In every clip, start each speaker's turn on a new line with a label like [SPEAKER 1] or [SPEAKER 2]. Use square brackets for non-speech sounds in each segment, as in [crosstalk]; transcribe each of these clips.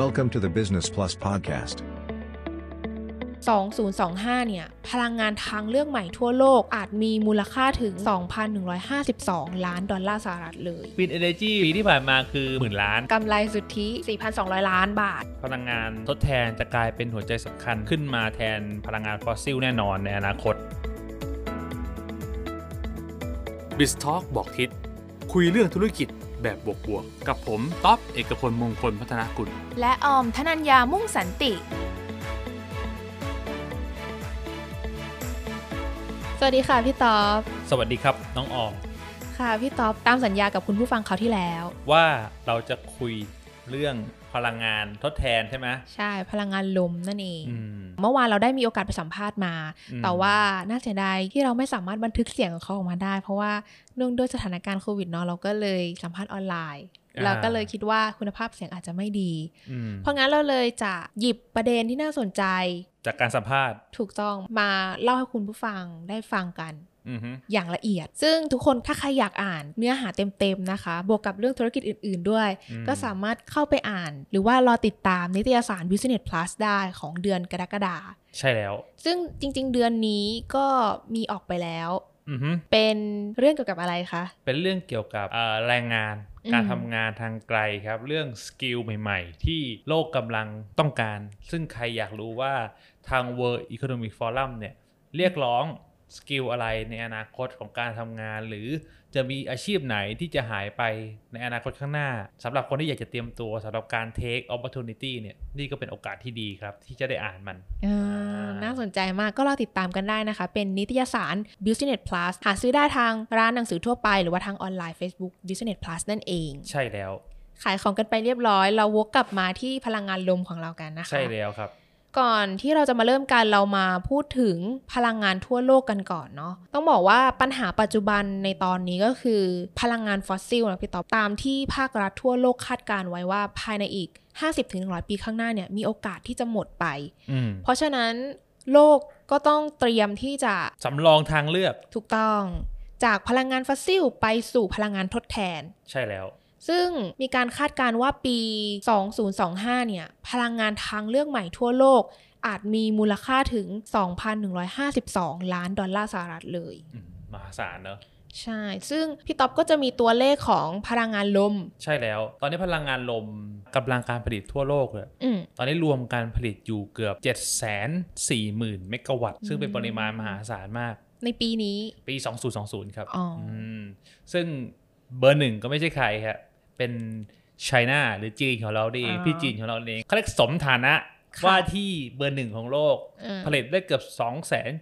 [SPEAKER 1] Welcome to the Business Plus podcast.
[SPEAKER 2] 2025 เนี่ย พลังงานทางเลือกใหม่ทั่วโลกอาจมีมูลค่าถึง 2,152 ล้านดอลลาร์สหรัฐเลย
[SPEAKER 3] วินเอเนจีปีที่ผ่านมาคือหมื่นล้าน
[SPEAKER 2] กำไรสุทธิ 4,200 ล้านบาท
[SPEAKER 3] พลังงานทดแทนจะกลายเป็นหัวใจสำคัญขึ้นมาแทนพลังงานฟอสซิลแน่นอนในอนาคต
[SPEAKER 4] บิสทอ k บอกทิศคุยเรื่องธุรกิจแบบบวกๆกกับผมท็อปเอกพลมงคลพัฒนากุล
[SPEAKER 5] และออมธนัญญามุ่งสันติ
[SPEAKER 2] สวัสดีค่ะพี่ต๊อบ
[SPEAKER 3] สวัสดีครับ น้องออม
[SPEAKER 2] ค่ะพี่ต๊อบตามสัญญากับคุณผู้ฟังเขาวที่แล้ว
[SPEAKER 3] ว่าเราจะคุยเรื่องพลังงานทดแทนใช่ไหม
[SPEAKER 2] ใช่พลังงานลมนั่นเอง
[SPEAKER 3] อืม
[SPEAKER 2] เมื่อวานเราได้มีโอกาสไปสัมภาษณ์มา
[SPEAKER 3] อืม
[SPEAKER 2] แต่ว่าน่าเสียดายที่เราไม่สามารถบันทึกเสียงของเขาออกมาได้ เพราะว่าเนื่องด้วยสถานการณ์โควิดเนาะเราก็เลยสัมภาษณ์ออนไลน์ เราก็เลยคิดว่าคุณภาพเสียงอาจจะไม่ดี
[SPEAKER 3] อืม
[SPEAKER 2] เพราะงั้นเราเลยจะหยิบประเด็นที่น่าสนใจ
[SPEAKER 3] จากการสัมภาษณ์
[SPEAKER 2] ถูกต้องมาเล่าให้คุณผู้ฟังได้ฟังกัน
[SPEAKER 3] อือฮึ
[SPEAKER 2] อย่างละเอียด ซึ่งทุกคนถ้าใครอยากอ่านเนื้อหาเต็มๆนะคะ บวกกับเรื่องธุรกิจอื่นๆด้วย
[SPEAKER 3] อื
[SPEAKER 2] ก็สามารถเข้าไปอ่าน หรือว่ารอติดตามนิตยสาร Business Plus ได้ของเดือนกรกฎาคม
[SPEAKER 3] ใช่แล้ว
[SPEAKER 2] ซึ่งจริงๆ เดือนนี้ก็มีออกไปแล้ว
[SPEAKER 3] อือฮึ
[SPEAKER 2] เป็นเรื่องเกี่ยวกับอะไรคะ
[SPEAKER 3] เป็นเรื่องเกี่ยวกับเอ่อแรงงาน
[SPEAKER 2] อืม
[SPEAKER 3] การทำงานทางไกลครับ เรื่องสกิลใหม่ ๆ ที่โลกกำลังต้องการ ซึ่งใครอยากรู้ว่าทาง World Economic Forum เนี่ย เรียกร้องสกิลอะไรในอนาคตของการทำงาน หรือจะมีอาชีพไหนที่จะหายไปในอนาคตข้างหน้าสำหรับคนที่อยากจะเตรียมตัวสำหรับการ take opportunity เนี่ยนี่ก็เป็นโอกาสที่ดีครับ ที่จะได้อ่านมัน
[SPEAKER 2] อ่า
[SPEAKER 3] า
[SPEAKER 2] น่าสนใจมากก็รอติดตามกันได้นะคะ เป็นนิตยสาร Business Plus หาซื้อได้ทางร้านหนังสือทั่วไป หรือว่าทางออนไลน์ Facebook Business Plus นั่นเอง
[SPEAKER 3] ใช่แล้ว
[SPEAKER 2] ขายของกันไปเรียบร้อย เราวกกลับมาที่พลังงานลมของเรากันนะคะ
[SPEAKER 3] ใช่แล้วครับ
[SPEAKER 2] ก่อนที่เราจะมาเริ่มกันเรามาพูดถึงพลังงานทั่วโลกกันก่อนเนาะต้องบอกว่าปัญหาปัจจุบันในตอนนี้ก็คือ พลังงานฟอสซิลนะพี่ตอบตามที่ภาครัฐทั่วโลกคาดการณ์ไว้ว่าภายในอีก 50-100 ปีข้างหน้าเนี่ยมีโอกาสที่จะหมดไป
[SPEAKER 3] อืม
[SPEAKER 2] เพราะฉะนั้นโลกก็ต้องเตรียมที่จะ
[SPEAKER 3] สำรองทางเลือก
[SPEAKER 2] ถูกต้อง จากพลังงานฟอสซิลไปสู่พลังงานทดแทน
[SPEAKER 3] ใช่แล้ว
[SPEAKER 2] ซึ่งมีการคาดการณ์ว่าปี 2025 เนี่ย พลังงานทางเลือกใหม่ทั่วโลก อาจมีมูลค่าถึง 2,152 ล้านดอลลาร์สหรัฐเลย
[SPEAKER 3] อืมมหาศาลเนอะ
[SPEAKER 2] ใช่ ซึ่งพี่ต๊อบก็จะมีตัวเลขของพลังงานลม
[SPEAKER 3] ใช่แล้ว ตอนนี้พลังงานลมกำลังการผลิตทั่วโลกเลย
[SPEAKER 2] อืม
[SPEAKER 3] ตอนนี้รวมการผลิตอยู่เกือบ 7 4 0 0 0 0 เมกะวัตต์ ซึ่งเป็นปริมาณมหาศาลมาก
[SPEAKER 2] ในปีนี้
[SPEAKER 3] ปี 2020 ครับ
[SPEAKER 2] อ๋ออื
[SPEAKER 3] มซึ่งเบอร์หนึ่งก็ไม่ใช่ใครครับ เป็นไชน่าหรือจีนของเราดีพี่จีนของเราเองเขาเรียกสมฐานะว่าที่เบอร์หนึ่งของโลก
[SPEAKER 2] อ่า
[SPEAKER 3] ผลิตได้เกือบ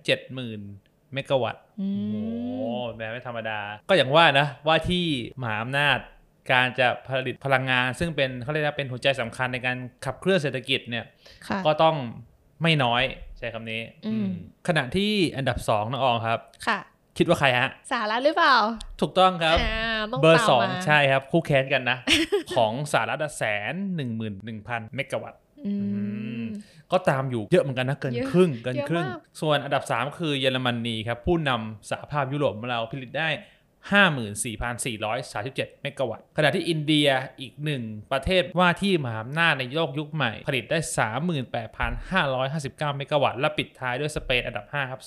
[SPEAKER 3] 270,000 เมกะวัตต์
[SPEAKER 2] อืม
[SPEAKER 3] โอ้โหแม้ไม่ธรรมดา ก็อย่างว่านะ ว่าที่มหาอำนาจ การจะผลิตพลังงาน ซึ่งเป็นเขาเรียกว่าเป็นหัวใจสำคัญในการขับเคลื่อนเศรษฐกิจเนี่ย
[SPEAKER 2] ค่ะ
[SPEAKER 3] ก็ต้องไม่น้อยใช้คำนี้
[SPEAKER 2] อืม
[SPEAKER 3] อืมขณะที่อันดับสองน้องอองครับ
[SPEAKER 2] ค่ะ
[SPEAKER 3] คิดว่าใครฮะ
[SPEAKER 2] สาระหรือเปล่า
[SPEAKER 3] ถูกต้องครับ
[SPEAKER 2] อ่าต้อง
[SPEAKER 3] เบอร์
[SPEAKER 2] ตาม
[SPEAKER 3] สอง
[SPEAKER 2] มา
[SPEAKER 3] ใช่ครับ คู่แข่งกันนะ [laughs] ของสหรัฐแสนหนึ่งหมื่นหนึ่งพันเมกะวัตต์
[SPEAKER 2] อืม
[SPEAKER 3] ก็ตามอยู่เยอะเหมือนกันนะเกิน
[SPEAKER 2] เยอะ
[SPEAKER 3] ครึ่งเกินครึ่ง
[SPEAKER 2] เยอะมาก
[SPEAKER 3] ส่วนอันดับ 3 คือเยอรมนีครับ ผู้นำสหภาพยุโรปของเราผลิตได้ 54,437 เมกะวัตต์ ขณะที่อินเดียอีกหนึ่งประเทศว่าที่มหาอำนาจในโลกยุคใหม่ ผลิตได้ 38,559 เมกะวัตต์ และปิดท้ายด้วยสเปนอันดับ 5 ครับ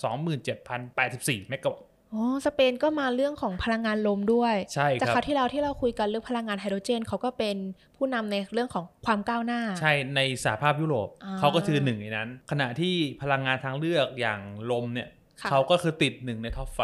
[SPEAKER 3] 27,084 เมกะวัตต์
[SPEAKER 2] อ๋อสเปนก็มาเรื่องของพลังงานลมด้วย
[SPEAKER 3] ใช่
[SPEAKER 2] จาก
[SPEAKER 3] ครั
[SPEAKER 2] คราว
[SPEAKER 3] บ
[SPEAKER 2] ที่เราที่เราคุยกันเรื่องพลังงานไฮโดรเจนเขาก็เป็นผู้นำในเรื่องของความก้าวหน้า
[SPEAKER 3] ใช่ในสหภาพยุโรป
[SPEAKER 2] อ่า
[SPEAKER 3] เขาก็คือหนึ่งในนั้น ขณะที่พลังงานทางเลือกอย่างลมเนี่ย
[SPEAKER 2] ค่ะ
[SPEAKER 3] เขาก็คือติดหนึ่งในท็อปไฟ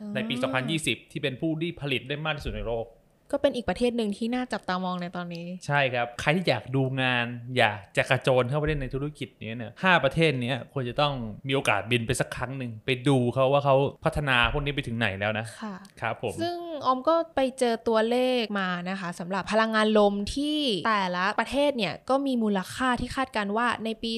[SPEAKER 2] อ๋อ
[SPEAKER 3] ในปี 2020 ที่เป็นผู้ที่ผลิตได้มากที่สุดในโลก
[SPEAKER 2] ก็เป็นอีกประเทศหนึ่งที่น่าจับตามองในตอนนี้
[SPEAKER 3] ใช่ครับ ใครที่อยากดูงาน อยากจะกระโจนเข้าไปเล่นในธุรกิจเนี้ยเนี่ยห้าประเทศเนี้ยควรจะต้องมีโอกาสบินไปสักครั้งหนึ่ง ไปดูเขาว่าเขาพัฒนาพวกนี้ไปถึงไหนแล้วนะ
[SPEAKER 2] ค่ะ
[SPEAKER 3] ครับผม
[SPEAKER 2] ซึ่งออมก็ไปเจอตัวเลขมานะคะสำหรับพลังงานลมที่แต่ละประเทศเนี่ยก็มีมูลค่าที่คาดการณ์ว่าในปี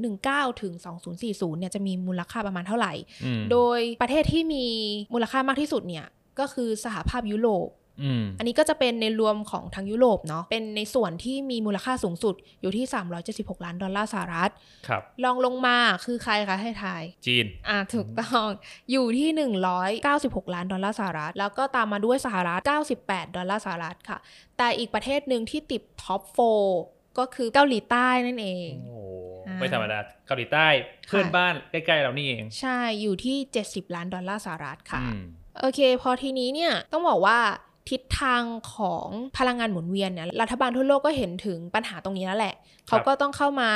[SPEAKER 2] 2019 ถึง 2040 เนี่ยจะมีมูลค่าประมาณเท่าไหร่
[SPEAKER 3] อืม
[SPEAKER 2] โดยประเทศที่มีมูลค่ามากที่สุดเนี่ยก็คือสหภาพยุโรป
[SPEAKER 3] อืม
[SPEAKER 2] อันนี้ก็จะเป็นในรวมของทางยุโรปเนาะ เป็นในส่วนที่มีมูลค่าสูงสุดอยู่ที่ 376 ล้านดอลลาร์สหรัฐ
[SPEAKER 3] ครับ
[SPEAKER 2] รองลงมาคือใครคะให้ทาย
[SPEAKER 3] จีน
[SPEAKER 2] อ่าถูกต้อง อยู่ที่ 196 ล้านดอลลาร์สหรัฐ แล้วก็ตามมาด้วยสหรัฐ 98 ดอลลาร์สหรัฐค่ะ แต่อีกประเทศหนึ่งที่ติดท็อป 4 ก็คือเกาหลีใต้นั่นเอง
[SPEAKER 3] โอ้โห
[SPEAKER 2] อ่า
[SPEAKER 3] ไม่ธรรมดาเกาหลีใต้เพื่อน
[SPEAKER 2] ค่ะ
[SPEAKER 3] บ้านใกล้ๆเรานี่เอง
[SPEAKER 2] ใช่ อยู่ที่ 70 ล้านดอลลาร์สหรัฐค่ะ
[SPEAKER 3] อืม
[SPEAKER 2] โอเค พอทีนี้เนี่ยต้องบอกว่าทิศทางของพลังงานหมุนเวียนเนี่ยรัฐบาลทั่วโลกก็เห็นถึงปัญหาตรงนี้แล้วแหละ เขาก็ต้องเข้ามา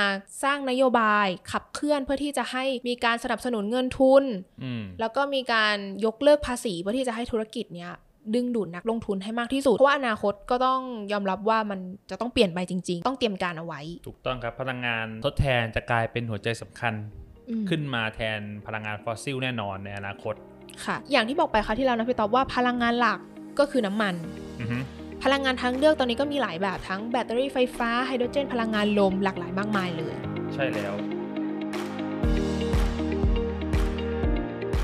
[SPEAKER 2] สร้างนโยบายขับเคลื่อนเพื่อที่จะให้มีการสนับสนุนเงินทุน
[SPEAKER 3] อืม
[SPEAKER 2] แล้วก็มีการยกเลิกภาษีเพื่อที่จะให้ธุรกิจเนี้ยดึงดูดนักลงทุนให้มากที่สุด เพราะว่าอนาคตก็ต้องยอมรับว่ามันจะต้องเปลี่ยนไปจริง ๆ ต้องเตรียมการเอาไว้
[SPEAKER 3] ถูกต้องครับพลังงานทดแทนจะกลายเป็นหัวใจสำคัญ
[SPEAKER 2] อืม
[SPEAKER 3] ขึ้นมาแทนพลังงานฟอสซิลแน่นอนในอนาคต
[SPEAKER 2] ค่ะ อย่างที่บอกไปคราวที่แล้วนะพี่ตอบว่าพลังงานหลักก็คือน้ำมัน
[SPEAKER 3] อือฮึ
[SPEAKER 2] พลังงานทางเลือกตอนนี้ก็มีหลายแบบทั้งแบตเตอรี่ไฟฟ้าไฮโดรเจน พลังงานลมหลากหลายมากมายเลย
[SPEAKER 3] ใช่แล้ว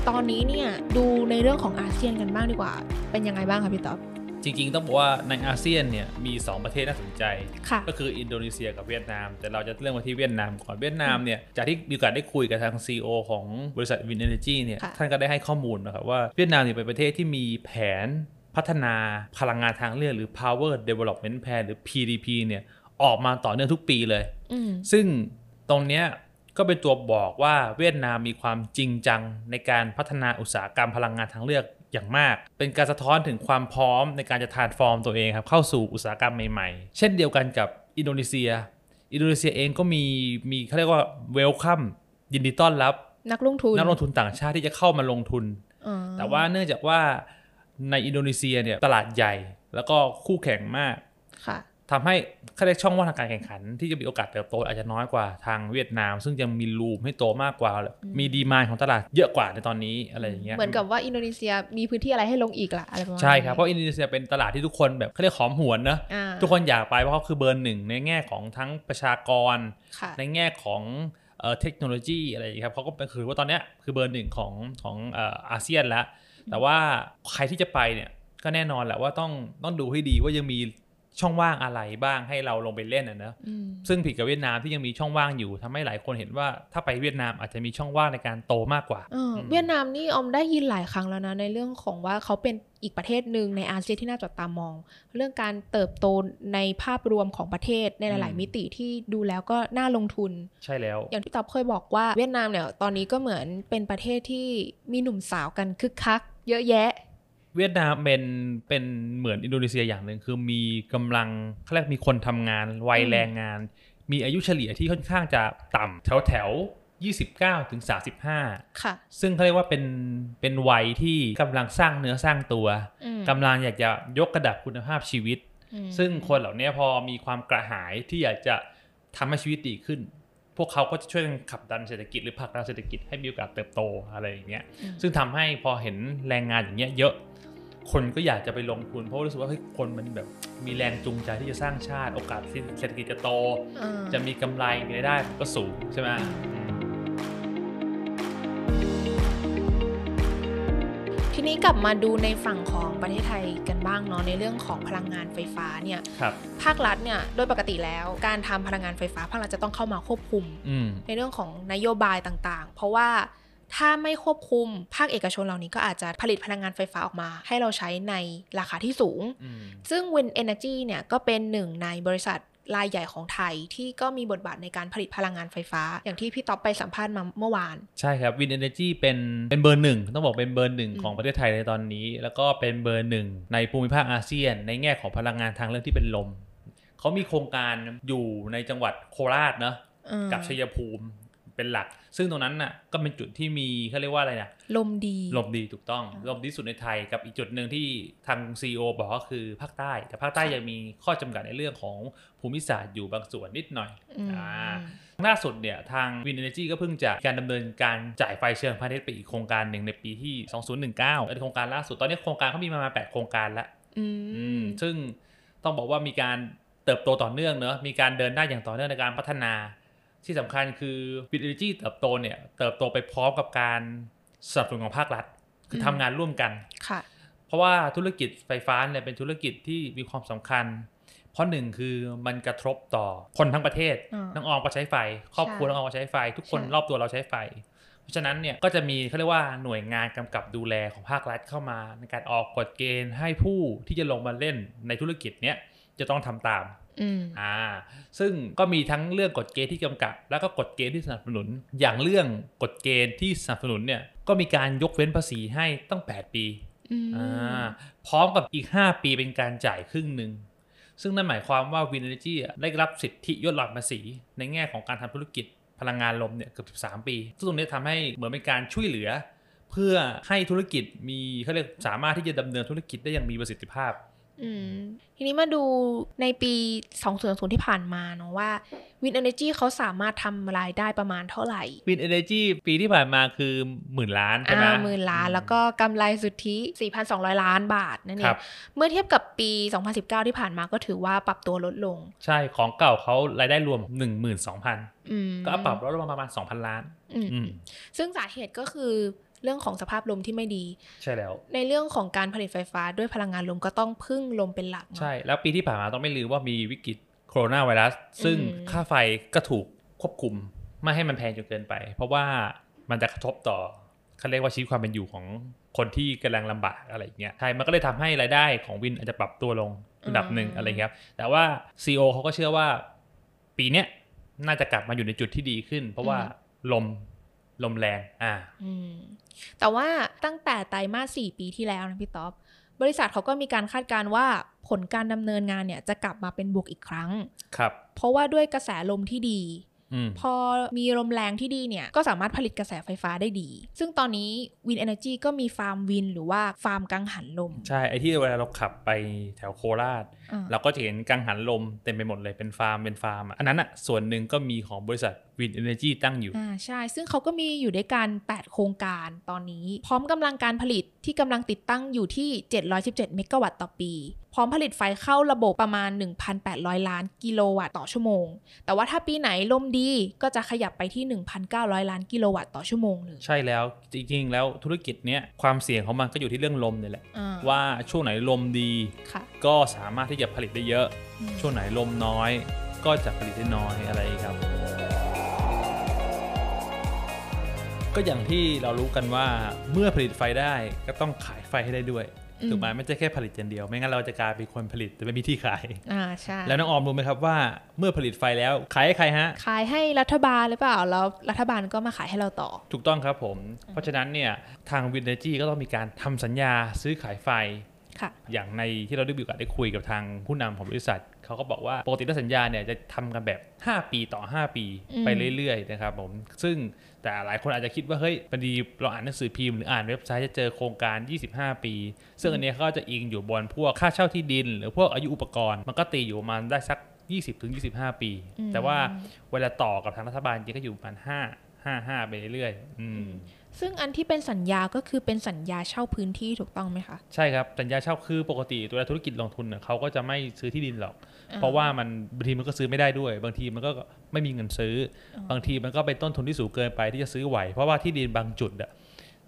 [SPEAKER 2] ตอนนี้เนี่ยดูในเรื่องของอาเซียนกันบ้างดีกว่า เป็นยังไงบ้างคะพี่ต๊อบ
[SPEAKER 3] จริงๆ ต้องบอกว่าในอาเซียนเนี่ยมี 2 ประเทศน่าสนใจ
[SPEAKER 2] ค่ะ
[SPEAKER 3] ก็คืออินโดนีเซียกับเวียดนาม แต่เราจะเรื่องมาที่เวียดนามก่อนเวียดนามเนี่ยจากที่มีโอกาสได้คุยกับทาง CEO ของบริษัทวินเอเนจีเนี่ย
[SPEAKER 2] ค่ะ
[SPEAKER 3] ท่านก็ได้ให้ข้อมูลนะครับว่าเวียดนามเนี่ยเป็นประเทศที่มีแผนพัฒนาพลังงานทางเลือกหรือ power development plan หรือ PDP เนี่ยออกมาต่อเนื่องทุกปีเลย
[SPEAKER 2] อืม
[SPEAKER 3] ซึ่งตรงเนี้ยก็เป็นตัวบอกว่าเวียดนามมีความจริงจังในการพัฒนาอุตสาหกรรมพลังงานทางเลือกอย่างมาก เป็นการสะท้อนถึงความพร้อมในการจะทานฟอร์มตัวเองครับเข้าสู่อุตสาหกรรมใหม่ๆ เช่นเดียวกันกับอินโดนีเซีย อินโดนีเซียเองก็มีมีเขาเรียกว่าเวลคัมยินดีต้อนรับ
[SPEAKER 2] นักลงทุน
[SPEAKER 3] นักลงทุนต่างชาติที่จะเข้ามาลงทุน
[SPEAKER 2] อ๋อ
[SPEAKER 3] แต่ว่าเนื่องจากว่าในอินโดนีเซียเนี่ยตลาดใหญ่ แล้วก็คู่แข่งมาก
[SPEAKER 2] ค่ะ
[SPEAKER 3] ทำให้เขาเรียกช่องว่างทางการแข่งขัน ที่จะมีโอกาสเติบโตอาจจะน้อยกว่าทางเวียดนาม ซึ่งยังมีรูมให้โตมากกว่า มีดีมานของตลาดเยอะกว่าในตอนนี้อะไรอย่างเงี้ย
[SPEAKER 2] เหมือนกับว่าอินโดนีเซียมีพื้นที่อะไรให้ลงอีกล่ะอะไรประมาณ
[SPEAKER 3] ใช่ครับ เพราะอินโดนีเซียเป็นตลาดที่ทุกคนแบบเขาเรียกหอมหวนนะทุกคนอยากไปเพราะเขาคือเบอร์หนึ่งในแง่ของทั้งประชากร
[SPEAKER 2] ค่ะ
[SPEAKER 3] ในแง่ของเอ่อเทคโนโลยีอะไรอย่างเงี้ยครับเขาก็เป็นคือว่าตอนเนี้ยคือเบอร์หนึ่งของของเอ่ออาเซียนแล้ว แต่ว่าใครที่จะไปเนี่ยก็แน่นอนแหละว่าต้องต้องดูให้ดีว่ายังมีช่องว่างอะไรบ้างให้เราลงไปเล่นอะนะ
[SPEAKER 2] อืม
[SPEAKER 3] ซึ่งผิดกับเวียดนามที่ยังมีช่องว่างอยู่ทำให้หลายคนเห็นว่าถ้าไปเวียดนามอาจจะมีช่องว่างในการโตมากกว่า
[SPEAKER 2] เออเวียดนามนี่ออมได้ยินหลายครั้งแล้วนะในเรื่องของว่าเขาเป็นอีกประเทศหนึ่งในอาเซียนที่น่าจับตามอง เรื่องการเติบโตในภาพรวมของประเทศในหลาย
[SPEAKER 3] อืม
[SPEAKER 2] ๆ มิติที่ดูแล้วก็น่าลงทุน
[SPEAKER 3] ใช่แล้ว
[SPEAKER 2] อย่างที่ตอบเคยบอกว่าเวียดนามเนี่ยตอนนี้ก็เหมือนเป็นประเทศที่มีหนุ่มสาวกันคึกคัก เยอะแยะ
[SPEAKER 3] เวียดนามเป็นเป็นเหมือนอินโดนีเซียอย่างหนึ่งคือมีกำลังเขาเรียกมีคนทำงานวัย
[SPEAKER 2] อืม
[SPEAKER 3] แรงงาน มีอายุเฉลี่ยที่ค่อนข้างจะต่ำแถวแถว29ถึง35
[SPEAKER 2] ค่ะ
[SPEAKER 3] ซึ่งเขาเรียกว่าเป็นเป็นวัยที่กำลังสร้างเนื้อสร้างตัว
[SPEAKER 2] อืม
[SPEAKER 3] กำลังอยากจะยกระดับคุณภาพชีวิต
[SPEAKER 2] อืม
[SPEAKER 3] ซึ่งคนเหล่านี้พอมีความกระหายที่อยากจะทำให้ชีวิตดีขึ้น พวกเขาก็จะช่วยกันขับดันเศรษฐกิจหรือผลักดันเศรษฐกิจให้มีโอกาสเติบโตอะไรอย่างเงี้ย
[SPEAKER 2] อืม
[SPEAKER 3] ซึ่งทำให้พอเห็นแรงงานอย่างเงี้ยเยอะ คนก็อยากจะไปลงทุนเพราะรู้สึกว่าเฮ้ยคนมันแบบมีแรงจูงใจที่จะสร้างชาติโอกาสที่เศรษฐกิจจะโต
[SPEAKER 2] เออ
[SPEAKER 3] จะมีกำไรมีรายได้ก็สูงใช่ไหมอืม
[SPEAKER 2] ทีนี้กลับมาดูในฝั่งของประเทศไทยกันบ้างเนาะในเรื่องของพลังงานไฟฟ้าเนี่ย
[SPEAKER 3] ครับ
[SPEAKER 2] ภาครัฐเนี่ยโดยปกติแล้วการทำพลังงานไฟฟ้าภาครัฐจะต้องเข้ามาควบคุม
[SPEAKER 3] อืม
[SPEAKER 2] ในเรื่องของนโยบายต่างๆ เพราะว่าถ้าไม่ควบคุมภาคเอกชนเหล่านี้ก็อาจจะผลิตพลังงานไฟฟ้าออกมา ให้เราใช้ในราคาที่สูง
[SPEAKER 3] อืม
[SPEAKER 2] ซึ่ง Win Energy เนี่ยก็เป็นหนึ่งในบริษัทรายใหญ่ของไทยที่ก็มีบทบาทในการผลิตพลังงานไฟฟ้า อย่างที่พี่ต๊อบไปสัมภาษณ์มาเมื่อวาน
[SPEAKER 3] ใช่ครับวินเอเนจีเป็นเป็นเบอร์หนึ่งต้องบอกเป็นเบอร์หนึ่ง
[SPEAKER 2] อืม
[SPEAKER 3] ของประเทศไทยในตอนนี้ แล้วก็เป็นเบอร์หนึ่งในภูมิภาคอาเซียน ในแง่ของพลังงานทางเลือกที่เป็นลม เขามีโครงการอยู่ในจังหวัดโคราชเนอะ
[SPEAKER 2] เอ่อ
[SPEAKER 3] กับชัยภูมิเป็นหลัก ซึ่งตรงนั้นน่ะก็เป็นจุดที่มีเขาเรียกว่าอะไรนะ
[SPEAKER 2] ลมดี
[SPEAKER 3] ลมดีถูกต้องลมดีที่สุดในไทยกับอีกจุดหนึ่งที่ทางซีอบอกก็คือภาคใต้ แต่ภาคใต้ยังมีข้อจำกัดในเรื่องของภูมิศาสตร์อยู่บางส่วนนิดหน่อย
[SPEAKER 2] อืม
[SPEAKER 3] อ่า ล่าสุดเนี่ยทาง Win Energy ก็เพิ่งจะการดำเนินการจ่ายไฟเชิงพาณิชย์ไปอีกโครงการหนึ่งในปีที่ 2019เป็นโครงการล่าสุดตอนนี้โครงการเขามีประมาณ8โครงการละ
[SPEAKER 2] อื
[SPEAKER 3] อื
[SPEAKER 2] ม
[SPEAKER 3] มซึ่งต้องบอกว่ามีการเติบโตต่อเนื่องเนอะมีการเดินหน้าอย่างต่อเนื่องในการพัฒนา ที่สำคัญคือ Win Energy เติบโตเนี่ยเติบโตไปพร้อมกับการสนับสนุนของภาครัฐ คือทำงานร่วมกัน
[SPEAKER 2] ค่ะ
[SPEAKER 3] เพราะว่าธุรกิจไฟฟ้าเนี่ยเป็นธุรกิจที่มีความสำคัญ เพราะหนึ่งคือมันกระทบต่อคนทั้งประเทศ
[SPEAKER 2] อ่า
[SPEAKER 3] น้องออมก็ใช้ไฟ ครอบครัว
[SPEAKER 2] ใช่
[SPEAKER 3] น้องออมก็ใช้ไฟ ทุกคน
[SPEAKER 2] ใช่
[SPEAKER 3] รอบตัวเราใช้ไฟ เพราะฉะนั้นเนี่ยก็จะมีเขาเรียกว่าหน่วยงานกำกับดูแลของภาครัฐเข้ามา ในการออกกฎเกณฑ์ให้ผู้ที่จะลงมาเล่นในธุรกิจเนี้ยจะต้องทำตาม
[SPEAKER 2] อืม
[SPEAKER 3] อ่าซึ่งก็มีทั้งเรื่องกฎเกณฑ์ที่กำกับ แล้วก็กฎเกณฑ์ที่สนับสนุน อย่างเรื่องกฎเกณฑ์ที่สนับสนุนเนี่ยก็มีการยกเว้นภาษีให้ตั้ง 8 ปี
[SPEAKER 2] อืม
[SPEAKER 3] อ่าพร้อมกับอีก 5 ปีเป็นการจ่ายครึ่งหนึ่ง ซึ่งนั่นหมายความว่าวินเนจีได้รับสิทธิยอดหลักภาษี ในแง่ของการทำธุรกิจพลังงานลมเนี่ยเกือบ13 ปี ซึ่งตรงนี้ทำให้เหมือนเป็นการช่วยเหลือ เพื่อให้ธุรกิจมีเขาเรียกสามารถที่จะดำเนินธุรกิจได้อย่างมีประสิทธิภาพ
[SPEAKER 2] อืมทีนี้มาดูในปี 2020ที่ผ่านมาเนาะว่าวินเอเนจีเขาสามารถทำรายได้ประมาณเท่าไหร่
[SPEAKER 3] วินเอเนจีปีที่ผ่านมาคือหมื่นล้านใช่ไหม
[SPEAKER 2] อ่าหมื่นล้านแล้วก็กำไรสุทธิ 4,200 ล้านบาทนั่นเอ
[SPEAKER 3] ครั
[SPEAKER 2] ง
[SPEAKER 3] บ
[SPEAKER 2] เมื่อเทียบกับปี 2019 ที่ผ่านมาก็ถือว่าปรับตัวลดลง
[SPEAKER 3] ใช่ของเก่าเขารายได้รวม 1 2 0 0
[SPEAKER 2] อืม
[SPEAKER 3] 0 ก็ปรับลดลงมาประมาณ 2,000 ล้าน
[SPEAKER 2] อืม
[SPEAKER 3] อืม
[SPEAKER 2] ซึ่งสาเหตุก็คือเรื่องของสภาพลมที่ไม่ดี
[SPEAKER 3] ใช่แล้ว
[SPEAKER 2] ในเรื่องของการผลิตไฟฟ้าด้วยพลังงานลมก็ต้องพึ่งลมเป็นหลักเนอะ
[SPEAKER 3] ใช่แล้วปีที่ผ่านมาต้องไม่ลืมว่ามีวิกฤตโคโรนาไวรัส ซึ่ง
[SPEAKER 2] อืม
[SPEAKER 3] ค่าไฟก็ถูกควบคุม ไม่ให้มันแพงจนเกินไป เพราะว่ามันจะกระทบต่อเขาเรียกว่าชีวิตความเป็นอยู่ของคนที่กำลังลำบากอะไรอย่างเงี้ยใช่มันก็เลยทำให้รายได้ของวินอาจจะปรับตัวลงระดับหนึ่งอะไรอย่างเงี้ยครับแต่ว่า CEO เขาก็เชื่อว่าปีเนี้ยน่าจะกลับมาอยู่ในจุดที่ดีขึ้น เพราะว่าลมลมแรงอ่า
[SPEAKER 2] อืมแต่ว่าตั้งแต่ไตรมาส 4 ปีที่แล้วนะพี่ต๊อบ บริษัทเขาก็มีการคาดการณ์ว่าผลการดำเนินงานเนี่ยจะกลับมาเป็นบวกอีกครั้ง
[SPEAKER 3] ครับ
[SPEAKER 2] เพราะว่าด้วยกระแสลมที่ดี
[SPEAKER 3] อืม
[SPEAKER 2] พอมีลมแรงที่ดีเนี่ยก็สามารถผลิตกระแสไฟฟ้าได้ดี ซึ่งตอนนี้วิน Energy ก็มีฟาร์มวิน หรือว่าฟาร์มกังหันลม
[SPEAKER 3] ใช่ ไอ้ที่เวลาเราขับไปแถวโคราช
[SPEAKER 2] อ่า
[SPEAKER 3] เราก็จะเห็นกังหันลมเต็มไปหมดเลยเป็นฟาร์มเป็นฟาร์มอะอันนั้นอ่ะส่วนหนึ่งก็มีของบริษัทวินเอเนจีตั้งอยู่
[SPEAKER 2] อ่าใช่ ซึ่งเขาก็มีอยู่ด้วยกัน 8 โครงการตอนนี้ พร้อมกำลังการผลิตที่กำลังติดตั้งอยู่ที่ 717 เมกะวัตต์ต่อปี พร้อมผลิตไฟเข้าระบบประมาณ 1,800 ล้านกิโลวัตต์ต่อชั่วโมง แต่ว่าถ้าปีไหนลมดีก็จะขยับไปที่ 1,900 ล้านกิโลวัตต์ต่อชั่วโมงเลย
[SPEAKER 3] ใช่แล้วจริงๆ แล้วธุรกิจเนี้ยความเสี่ยงของมันก็อยู่ที่เรื่องลมเนี่ยแหละ
[SPEAKER 2] อ่
[SPEAKER 3] ว่าช่วงไหนลมดี
[SPEAKER 2] ค่ะ
[SPEAKER 3] ก็สามารถที่จะผลิตได้เยอะ
[SPEAKER 2] อืม
[SPEAKER 3] ช่วงไหนลมน้อย ก็จะผลิตได้น้อยอะไรครับ ก็อย่างที่เรารู้กันว่าเมื่อผลิตไฟได้ก็ต้องขายไฟให้ได้ด้วย
[SPEAKER 2] อืม
[SPEAKER 3] ถูกไหมไม่ใช่แค่ผลิตอย่างเดียว ไม่งั้นเราจะกลายเป็นคนผลิตแต่ไม่มีที่ขาย
[SPEAKER 2] อ่าใช่
[SPEAKER 3] แล้วน้องออมรู้ไหมครับว่าเมื่อผลิตไฟแล้วขายให้ใครฮะ
[SPEAKER 2] ขายให้รัฐบาลหรือเปล่า แล้วรัฐบาลก็มาขายให้เราต่อ
[SPEAKER 3] ถูกต้องครับผม เพราะฉะนั้นเนี่ยทางวินเนจีก็ต้องมีการทำสัญญาซื้อขายไฟ
[SPEAKER 2] ค่ะ
[SPEAKER 3] อย่างในที่เราได้มีโอกาสได้คุยกับทางผู้นำของบริษัท เขาก็บอกว่าปกติแล้วสัญญาเนี่ยจะทำกันแบบ 5 ปีต่อ 5 ปี
[SPEAKER 2] อืม
[SPEAKER 3] ไปเรื่อยๆนะครับผมซึ่งแต่หลายคนอาจจะคิดว่าเฮ้ยพอดีเราอ่านหนังสือพิมพ์หรืออ่านเว็บไซต์จะเจอโครงการ 25 ปี ซึ่งอันเนี้ยเขาก็จะอิงอยู่บนพวกค่าเช่าที่ดิน หรือพวกอายุอุปกรณ์ มันก็ตีอยู่ประมาณได้สัก 20-25 ปี แต่ว่าเวลาต่อกับทางรัฐบาลจริงๆก็อยู่ประมาณ5 5 5ไปเรื่อยๆอืม
[SPEAKER 2] ซึ่งอันที่เป็นสัญญาก็คือเป็นสัญญาเช่าพื้นที่ถูกต้องไหมคะ
[SPEAKER 3] ใช่ครับสัญญาเช่าคือปกติตัวธุรกิจลงทุนน่ะเขาก็จะไม่ซื้อที่ดินหรอก
[SPEAKER 2] อ่า
[SPEAKER 3] เพราะว่ามันบางทีมันก็ซื้อไม่ได้ด้วย บางทีมันก็ไม่มีเงินซื้ออ
[SPEAKER 2] อ
[SPEAKER 3] บางทีมันก็เป็นต้นทุนที่สูงเกินไปที่จะซื้อไหว เพราะว่าที่ดินบางจุดอะ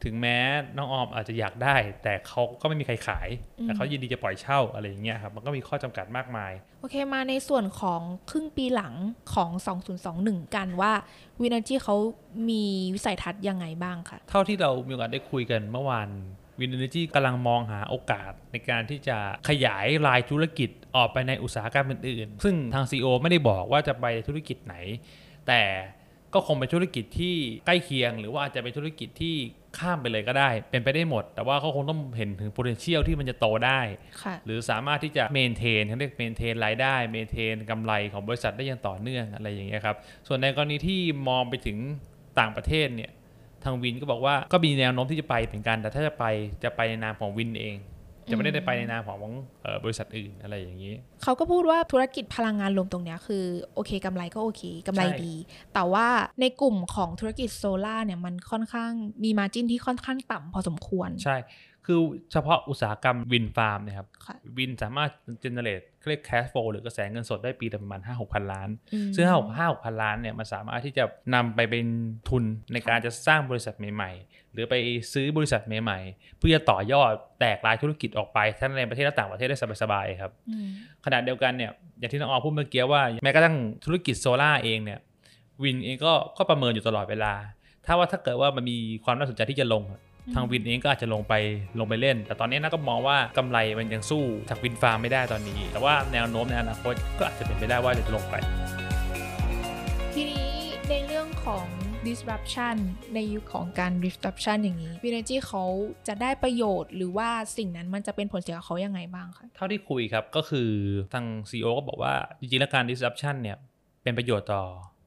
[SPEAKER 3] ถึงแม้น้องออมอาจจะอยากได้ แต่เขาก็ไม่มีใครขาย แต่เขายินดีจะปล่อยเช่าอะไรอย่างเงี้ยครับมันก็มีข้อจำกัดมากมาย
[SPEAKER 2] โอเคมาในส่วนของครึ่งปีหลังของ 2021 กันว่าวินาจีเขามีวิสัยทัศน์ยังไงบ้างคะ
[SPEAKER 3] เท่าที่เรามีโอกาสได้คุยกันเมื่อวานวินเนจีกำลังมองหาโอกาสในการที่จะขยายรายธุรกิจออกไปในอุตสาหกรรมอื่นๆ ซึ่งทาง CEO ไม่ได้บอกว่าจะไปธุรกิจไหน แต่ก็คงเป็นธุรกิจที่ใกล้เคียง หรือว่าอาจจะเป็นธุรกิจที่ข้ามไปเลยก็ได้ เป็นไปได้หมด แต่ว่าเขาคงต้องเห็นถึง potential ที่มันจะโตได้
[SPEAKER 2] ค่ะ
[SPEAKER 3] หรือสามารถที่จะ maintain เขาเรียก maintain รายได้ maintain กำไรของบริษัทได้อย่างต่อเนื่องอะไรอย่างเงี้ยครับ ส่วนในกรณีที่มองไปถึงต่างประเทศเนี่ย ทางวินก็บอกว่าก็มีแนวโน้มที่จะไปเหมือนกัน แต่ถ้าจะไปจะไปในนามของวินเอง จะไม่ได้ไปในนามของเอ่อบริษัทอื่นอะไรอย่างนี้
[SPEAKER 2] เขาก็พูดว่าธุรกิจพลังงานลมตรงเนี้ยคือโอเคกำไรก็โอเคกำไร
[SPEAKER 3] ใช่
[SPEAKER 2] ดี แต่ว่าในกลุ่มของธุรกิจโซล่าร์เนี่ยมันค่อนข้างมีมาจินที่ค่อนข้างต่ำพอสมควร
[SPEAKER 3] ใช่ คือเฉพาะอุตสาหกรรมวินฟาร์มนะครับ
[SPEAKER 2] ค่ะ
[SPEAKER 3] วินสามารถเจเนเรตเรียก cash flow หรือกระแสเงินสดได้ปีละประมาณ 5 6 พันล้าน
[SPEAKER 2] อืม
[SPEAKER 3] ซึ่งห้าห้าพันล้านเนี่ยมันสามารถที่จะนำไปเป็นทุนในการจะสร้างบริษัทใหม่ๆ หรือไปซื้อบริษัทใหม่ๆ เพื่อจะต่อยอดแตกรายธุรกิจออกไปทั้งในประเทศและต่างประเทศได้สบายๆครับ
[SPEAKER 2] อืม
[SPEAKER 3] ขณะเดียวกันเนี่ยอย่างที่น้องออพูดเมื่อกี้ว่าแม้กระทั่งธุรกิจโซล่าร์เองเนี่ยวินเองก็ก็ประเมินอยู่ตลอดเวลา ถ้าว่าถ้าเกิดว่ามันมีความน่าสนใจที่จะลงอะ ทางวินเองก็อาจจะลงไปลงไปเล่น แต่ตอนนี้นะก็มองว่ากำไรมันยังสู้จากวินฟาร์มไม่ได้ตอนนี้ แต่ว่าแนวโน้มในอนาคตก็อาจจะเป็นไปได้ว่าเดี๋ยวจะลงไป
[SPEAKER 2] ทีนี้ในเรื่องของ disruption ในยุคของการ disruption อย่างนี้ Vinergy เขาจะได้ประโยชน์หรือว่าสิ่งนั้นมันจะเป็นผลเสียกับเขายังไงบ้างคะ
[SPEAKER 3] เท่าที่คุยครับก็คือทาง CEO ก็บอกว่าจริงๆแล้วการ disruption เนี่ยเป็นประโยชน์ต่อ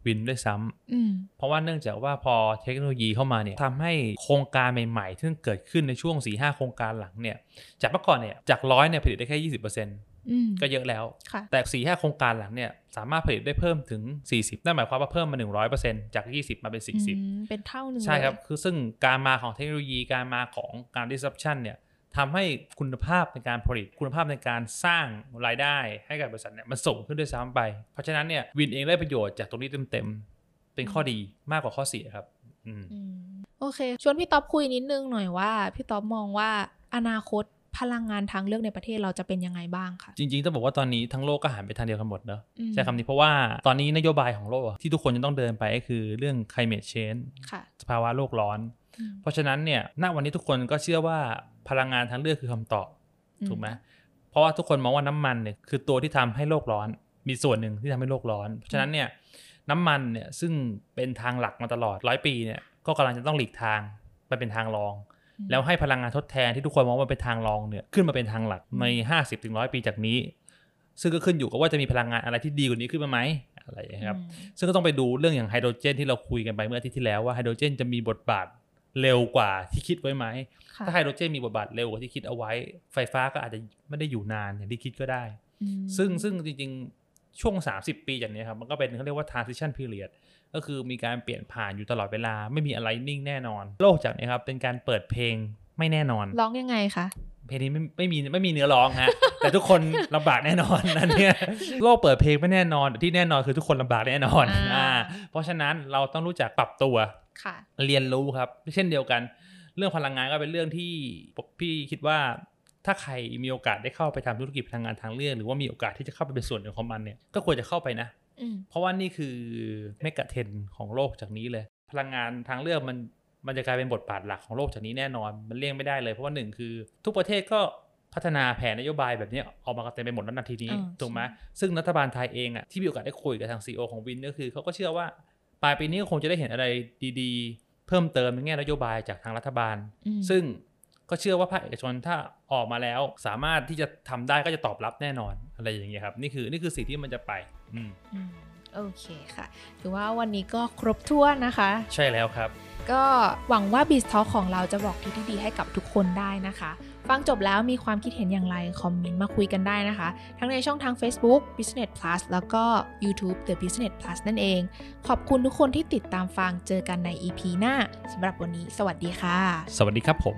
[SPEAKER 3] วินด้วยซ้ำ
[SPEAKER 2] อืม
[SPEAKER 3] เพราะว่าเนื่องจากว่าพอเทคโนโลยีเข้ามาเนี่ยทำให้โครงการใหม่ๆที่เกิดขึ้นในช่วง 4 5 โครงการหลังเนี่ยจากเมื่อก่อนเนี่ยจากร้อยเนี่ยผลิตได้แค่ 20%
[SPEAKER 2] อืม
[SPEAKER 3] ก็เยอะแล้ว
[SPEAKER 2] ค่ะ
[SPEAKER 3] แต่ 4 5 โครงการหลังเนี่ยสามารถผลิตได้เพิ่มถึง 40 นั่นหมายความว่าเพิ่มมา 100%จาก 20 มาเป็น
[SPEAKER 2] อื
[SPEAKER 3] 40
[SPEAKER 2] มเป็นเท่าหนึ่ง
[SPEAKER 3] ใช่ครับ
[SPEAKER 2] เลย
[SPEAKER 3] คือซึ่งการมาของเทคโนโลยีการมาของการ disruption เนี่ยทำให้คุณภาพในการผลิตคุณภาพในการสร้างรายได้ให้กับบริษัทเนี่ยมันสูงขึ้นด้วยซ้ำไป เพราะฉะนั้นเนี่ยวินเองได้ประโยชน์จากตรงนี้เต็มๆ เป็นข้อดีมากกว่าข้อเสียครับอืม
[SPEAKER 2] อืมโอเค ชวนพี่ต๊อบคุยนิดนึงหน่อยว่า พี่ต๊อบมองว่าอนาคตพลังงานทางเลือกในประเทศเราจะเป็นยังไงบ้างคะ
[SPEAKER 3] จริงๆ ต้องบอกว่าตอนนี้ทั้งโลกก็หันไปทางเดียวกันหมดเนอะ
[SPEAKER 2] อืม
[SPEAKER 3] ใช้คำนี้เพราะว่าตอนนี้นโยบายของโลกอะที่ทุกคนจะต้องเดินไปก็คือเรื่อง climate change
[SPEAKER 2] ค่ะ
[SPEAKER 3] สภาวะโลกร้อน
[SPEAKER 2] อืม
[SPEAKER 3] เพราะฉะนั้นเนี่ยณวันนี้ทุกคนก็เชื่อว่าพลังงานทางเลือกคือคำตอบ
[SPEAKER 2] อืม
[SPEAKER 3] ถูกไหมเพราะว่าทุกคนมองว่าน้ำมันเนี่ยคือตัวที่ทำให้โลกร้อน มีส่วนหนึ่งที่ทำให้โลกร้อน เพราะฉะนั้นเนี่ยน้ำมันเนี่ยซึ่งเป็นทางหลักมาตลอดร้อยปีเนี่ยก็กำลังจะต้องหลีกทางไปเป็นทางรอง
[SPEAKER 2] อืม
[SPEAKER 3] แล้วให้พลังงานทดแทนที่ทุกคนมองว่าเป็นทางรองเนี่ยขึ้นมาเป็นทางหลักใน 50-100ถึง100 ปีจากนี้ ซึ่งก็ขึ้นอยู่กับว่าจะมีพลังงานอะไรที่ดีกว่านี้ขึ้นมาไหมอะไรอย่างเงี้ยครับ
[SPEAKER 2] อืม
[SPEAKER 3] ซึ่งก็ต้องไปดูเรื่องอย่างไฮโดรเจนที่เราคุยกันไปเมื่ออาทิตย์ที่แล้วว่าไฮโดรเจนจะมีบทบาทเร็วกว่าที่คิดไว้ไหม
[SPEAKER 2] ค่ะ
[SPEAKER 3] ถ้าไฮโดรเจนมีบทบาทเร็วกว่าที่คิดเอาไว้ ไฟฟ้าก็อาจจะไม่ได้อยู่นานอย่างที่คิดก็ได้
[SPEAKER 2] อืม
[SPEAKER 3] ซึ่งซึ่งจริงๆ ช่วง 30 ปีจากเนี้ยครับ มันก็เป็นเขาเรียกว่า transition period ก็คือมีการเปลี่ยนผ่านอยู่ตลอดเวลาไม่มีอะไรนิ่งแน่นอน โลกจากเนี้ยครับเป็นการเปิดเพลงไม่แน่นอน
[SPEAKER 2] ร้องยังไงคะ
[SPEAKER 3] เพลงนี้ไม่ไม่มีไม่มีเนื้อร้องฮะ [laughs] แต่ทุกคนลำบากแน่นอน [laughs] นั่นเนี่ยโลกเปิดเพลงไม่แน่นอนแต่ที่แน่นอนคือทุกคนลำบากแน่นอน
[SPEAKER 2] อ่า
[SPEAKER 3] อ่าเพราะฉะนั้นเราต้องรู้จักปรับตัว
[SPEAKER 2] ค่ะ
[SPEAKER 3] เรียนรู้ครับ เช่นเดียวกัน เรื่องพลังงานก็เป็นเรื่องที่พี่คิดว่า ถ้าใครมีโอกาสได้เข้าไปทำธุรกิจพลังงานทางเลือกหรือว่ามีโอกาสที่จะเข้าไปเป็นส่วนหนึ่งของมันเนี่ยก็ควรจะเข้าไปนะ
[SPEAKER 2] อืม
[SPEAKER 3] เพราะว่านี่คือเมกะเทรนด์ของโลกจากนี้เลย พลังงานทางเลือกมันมันจะกลายเป็นบทบาทหลักของโลกจากนี้แน่นอน มันเลี่ยงไม่ได้เลย เพราะว่าหนึ่งคือ ทุกประเทศก็พัฒนาแผนนโยบายแบบนี้ออกมากันเต็มไปหมดแล้วนาทีนี้
[SPEAKER 2] อ่า
[SPEAKER 3] ถูกไหม
[SPEAKER 2] ใช่
[SPEAKER 3] ซึ่งรัฐบาลไทยเองอ่ะที่มีโอกาสได้คุยกับทางซีอของวินก็คือเขาก็เชื่อว่า ปลายปีนี้ก็คงจะได้เห็นอะไรดีๆ เพิ่มเติมในแง่นโยบายจากทางรัฐบาล
[SPEAKER 2] อืม
[SPEAKER 3] ซึ่งก็เชื่อว่าภาคเอกชนถ้าออกมาแล้ว สามารถที่จะทำได้ก็จะตอบรับแน่นอนอะไรอย่างเงี้ยครับนี่คือนี่คือสิ่งที่มันจะไปอืม
[SPEAKER 2] อืมโอเคค่ะ ถือว่าวันนี้ก็ครบถ้วนนะคะ
[SPEAKER 3] ใช่แล้วครับ
[SPEAKER 2] ก็หวังว่า b i z Talk ของเราจะบอกทิศที่ดีให้กับทุกคนได้นะคะ ฟังจบแล้วมีความคิดเห็นอย่างไร คอมเมนต์มาคุยกันได้นะคะ ทั้งในช่องทาง Facebook Business Plus แล้วก็ YouTube The Business Plus นั่นเอง ขอบคุณทุกคนที่ติดตามฟังเจอกันใน EP หน้าสำหรับวันนี้ สวัสดีค่ะ
[SPEAKER 3] สวัสดีครับผม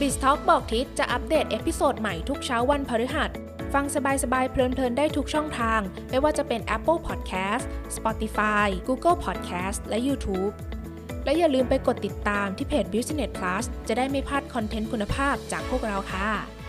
[SPEAKER 2] b i z Talk บอกทิศจะอัปเดตเอพิโซดใหม่ทุกเช้าวันพฤหัส ฟังสบายๆ เพลินๆ ได้ทุกช่องทาง ไม่ว่าจะเป็น Apple Podcast Spotify Google Podcast และ YouTube และอย่าลืมไปกดติดตามที่เพจ Business Plus จะได้ไม่พลาดคอนเทนต์คุณภาพจากพวกเราค่ะ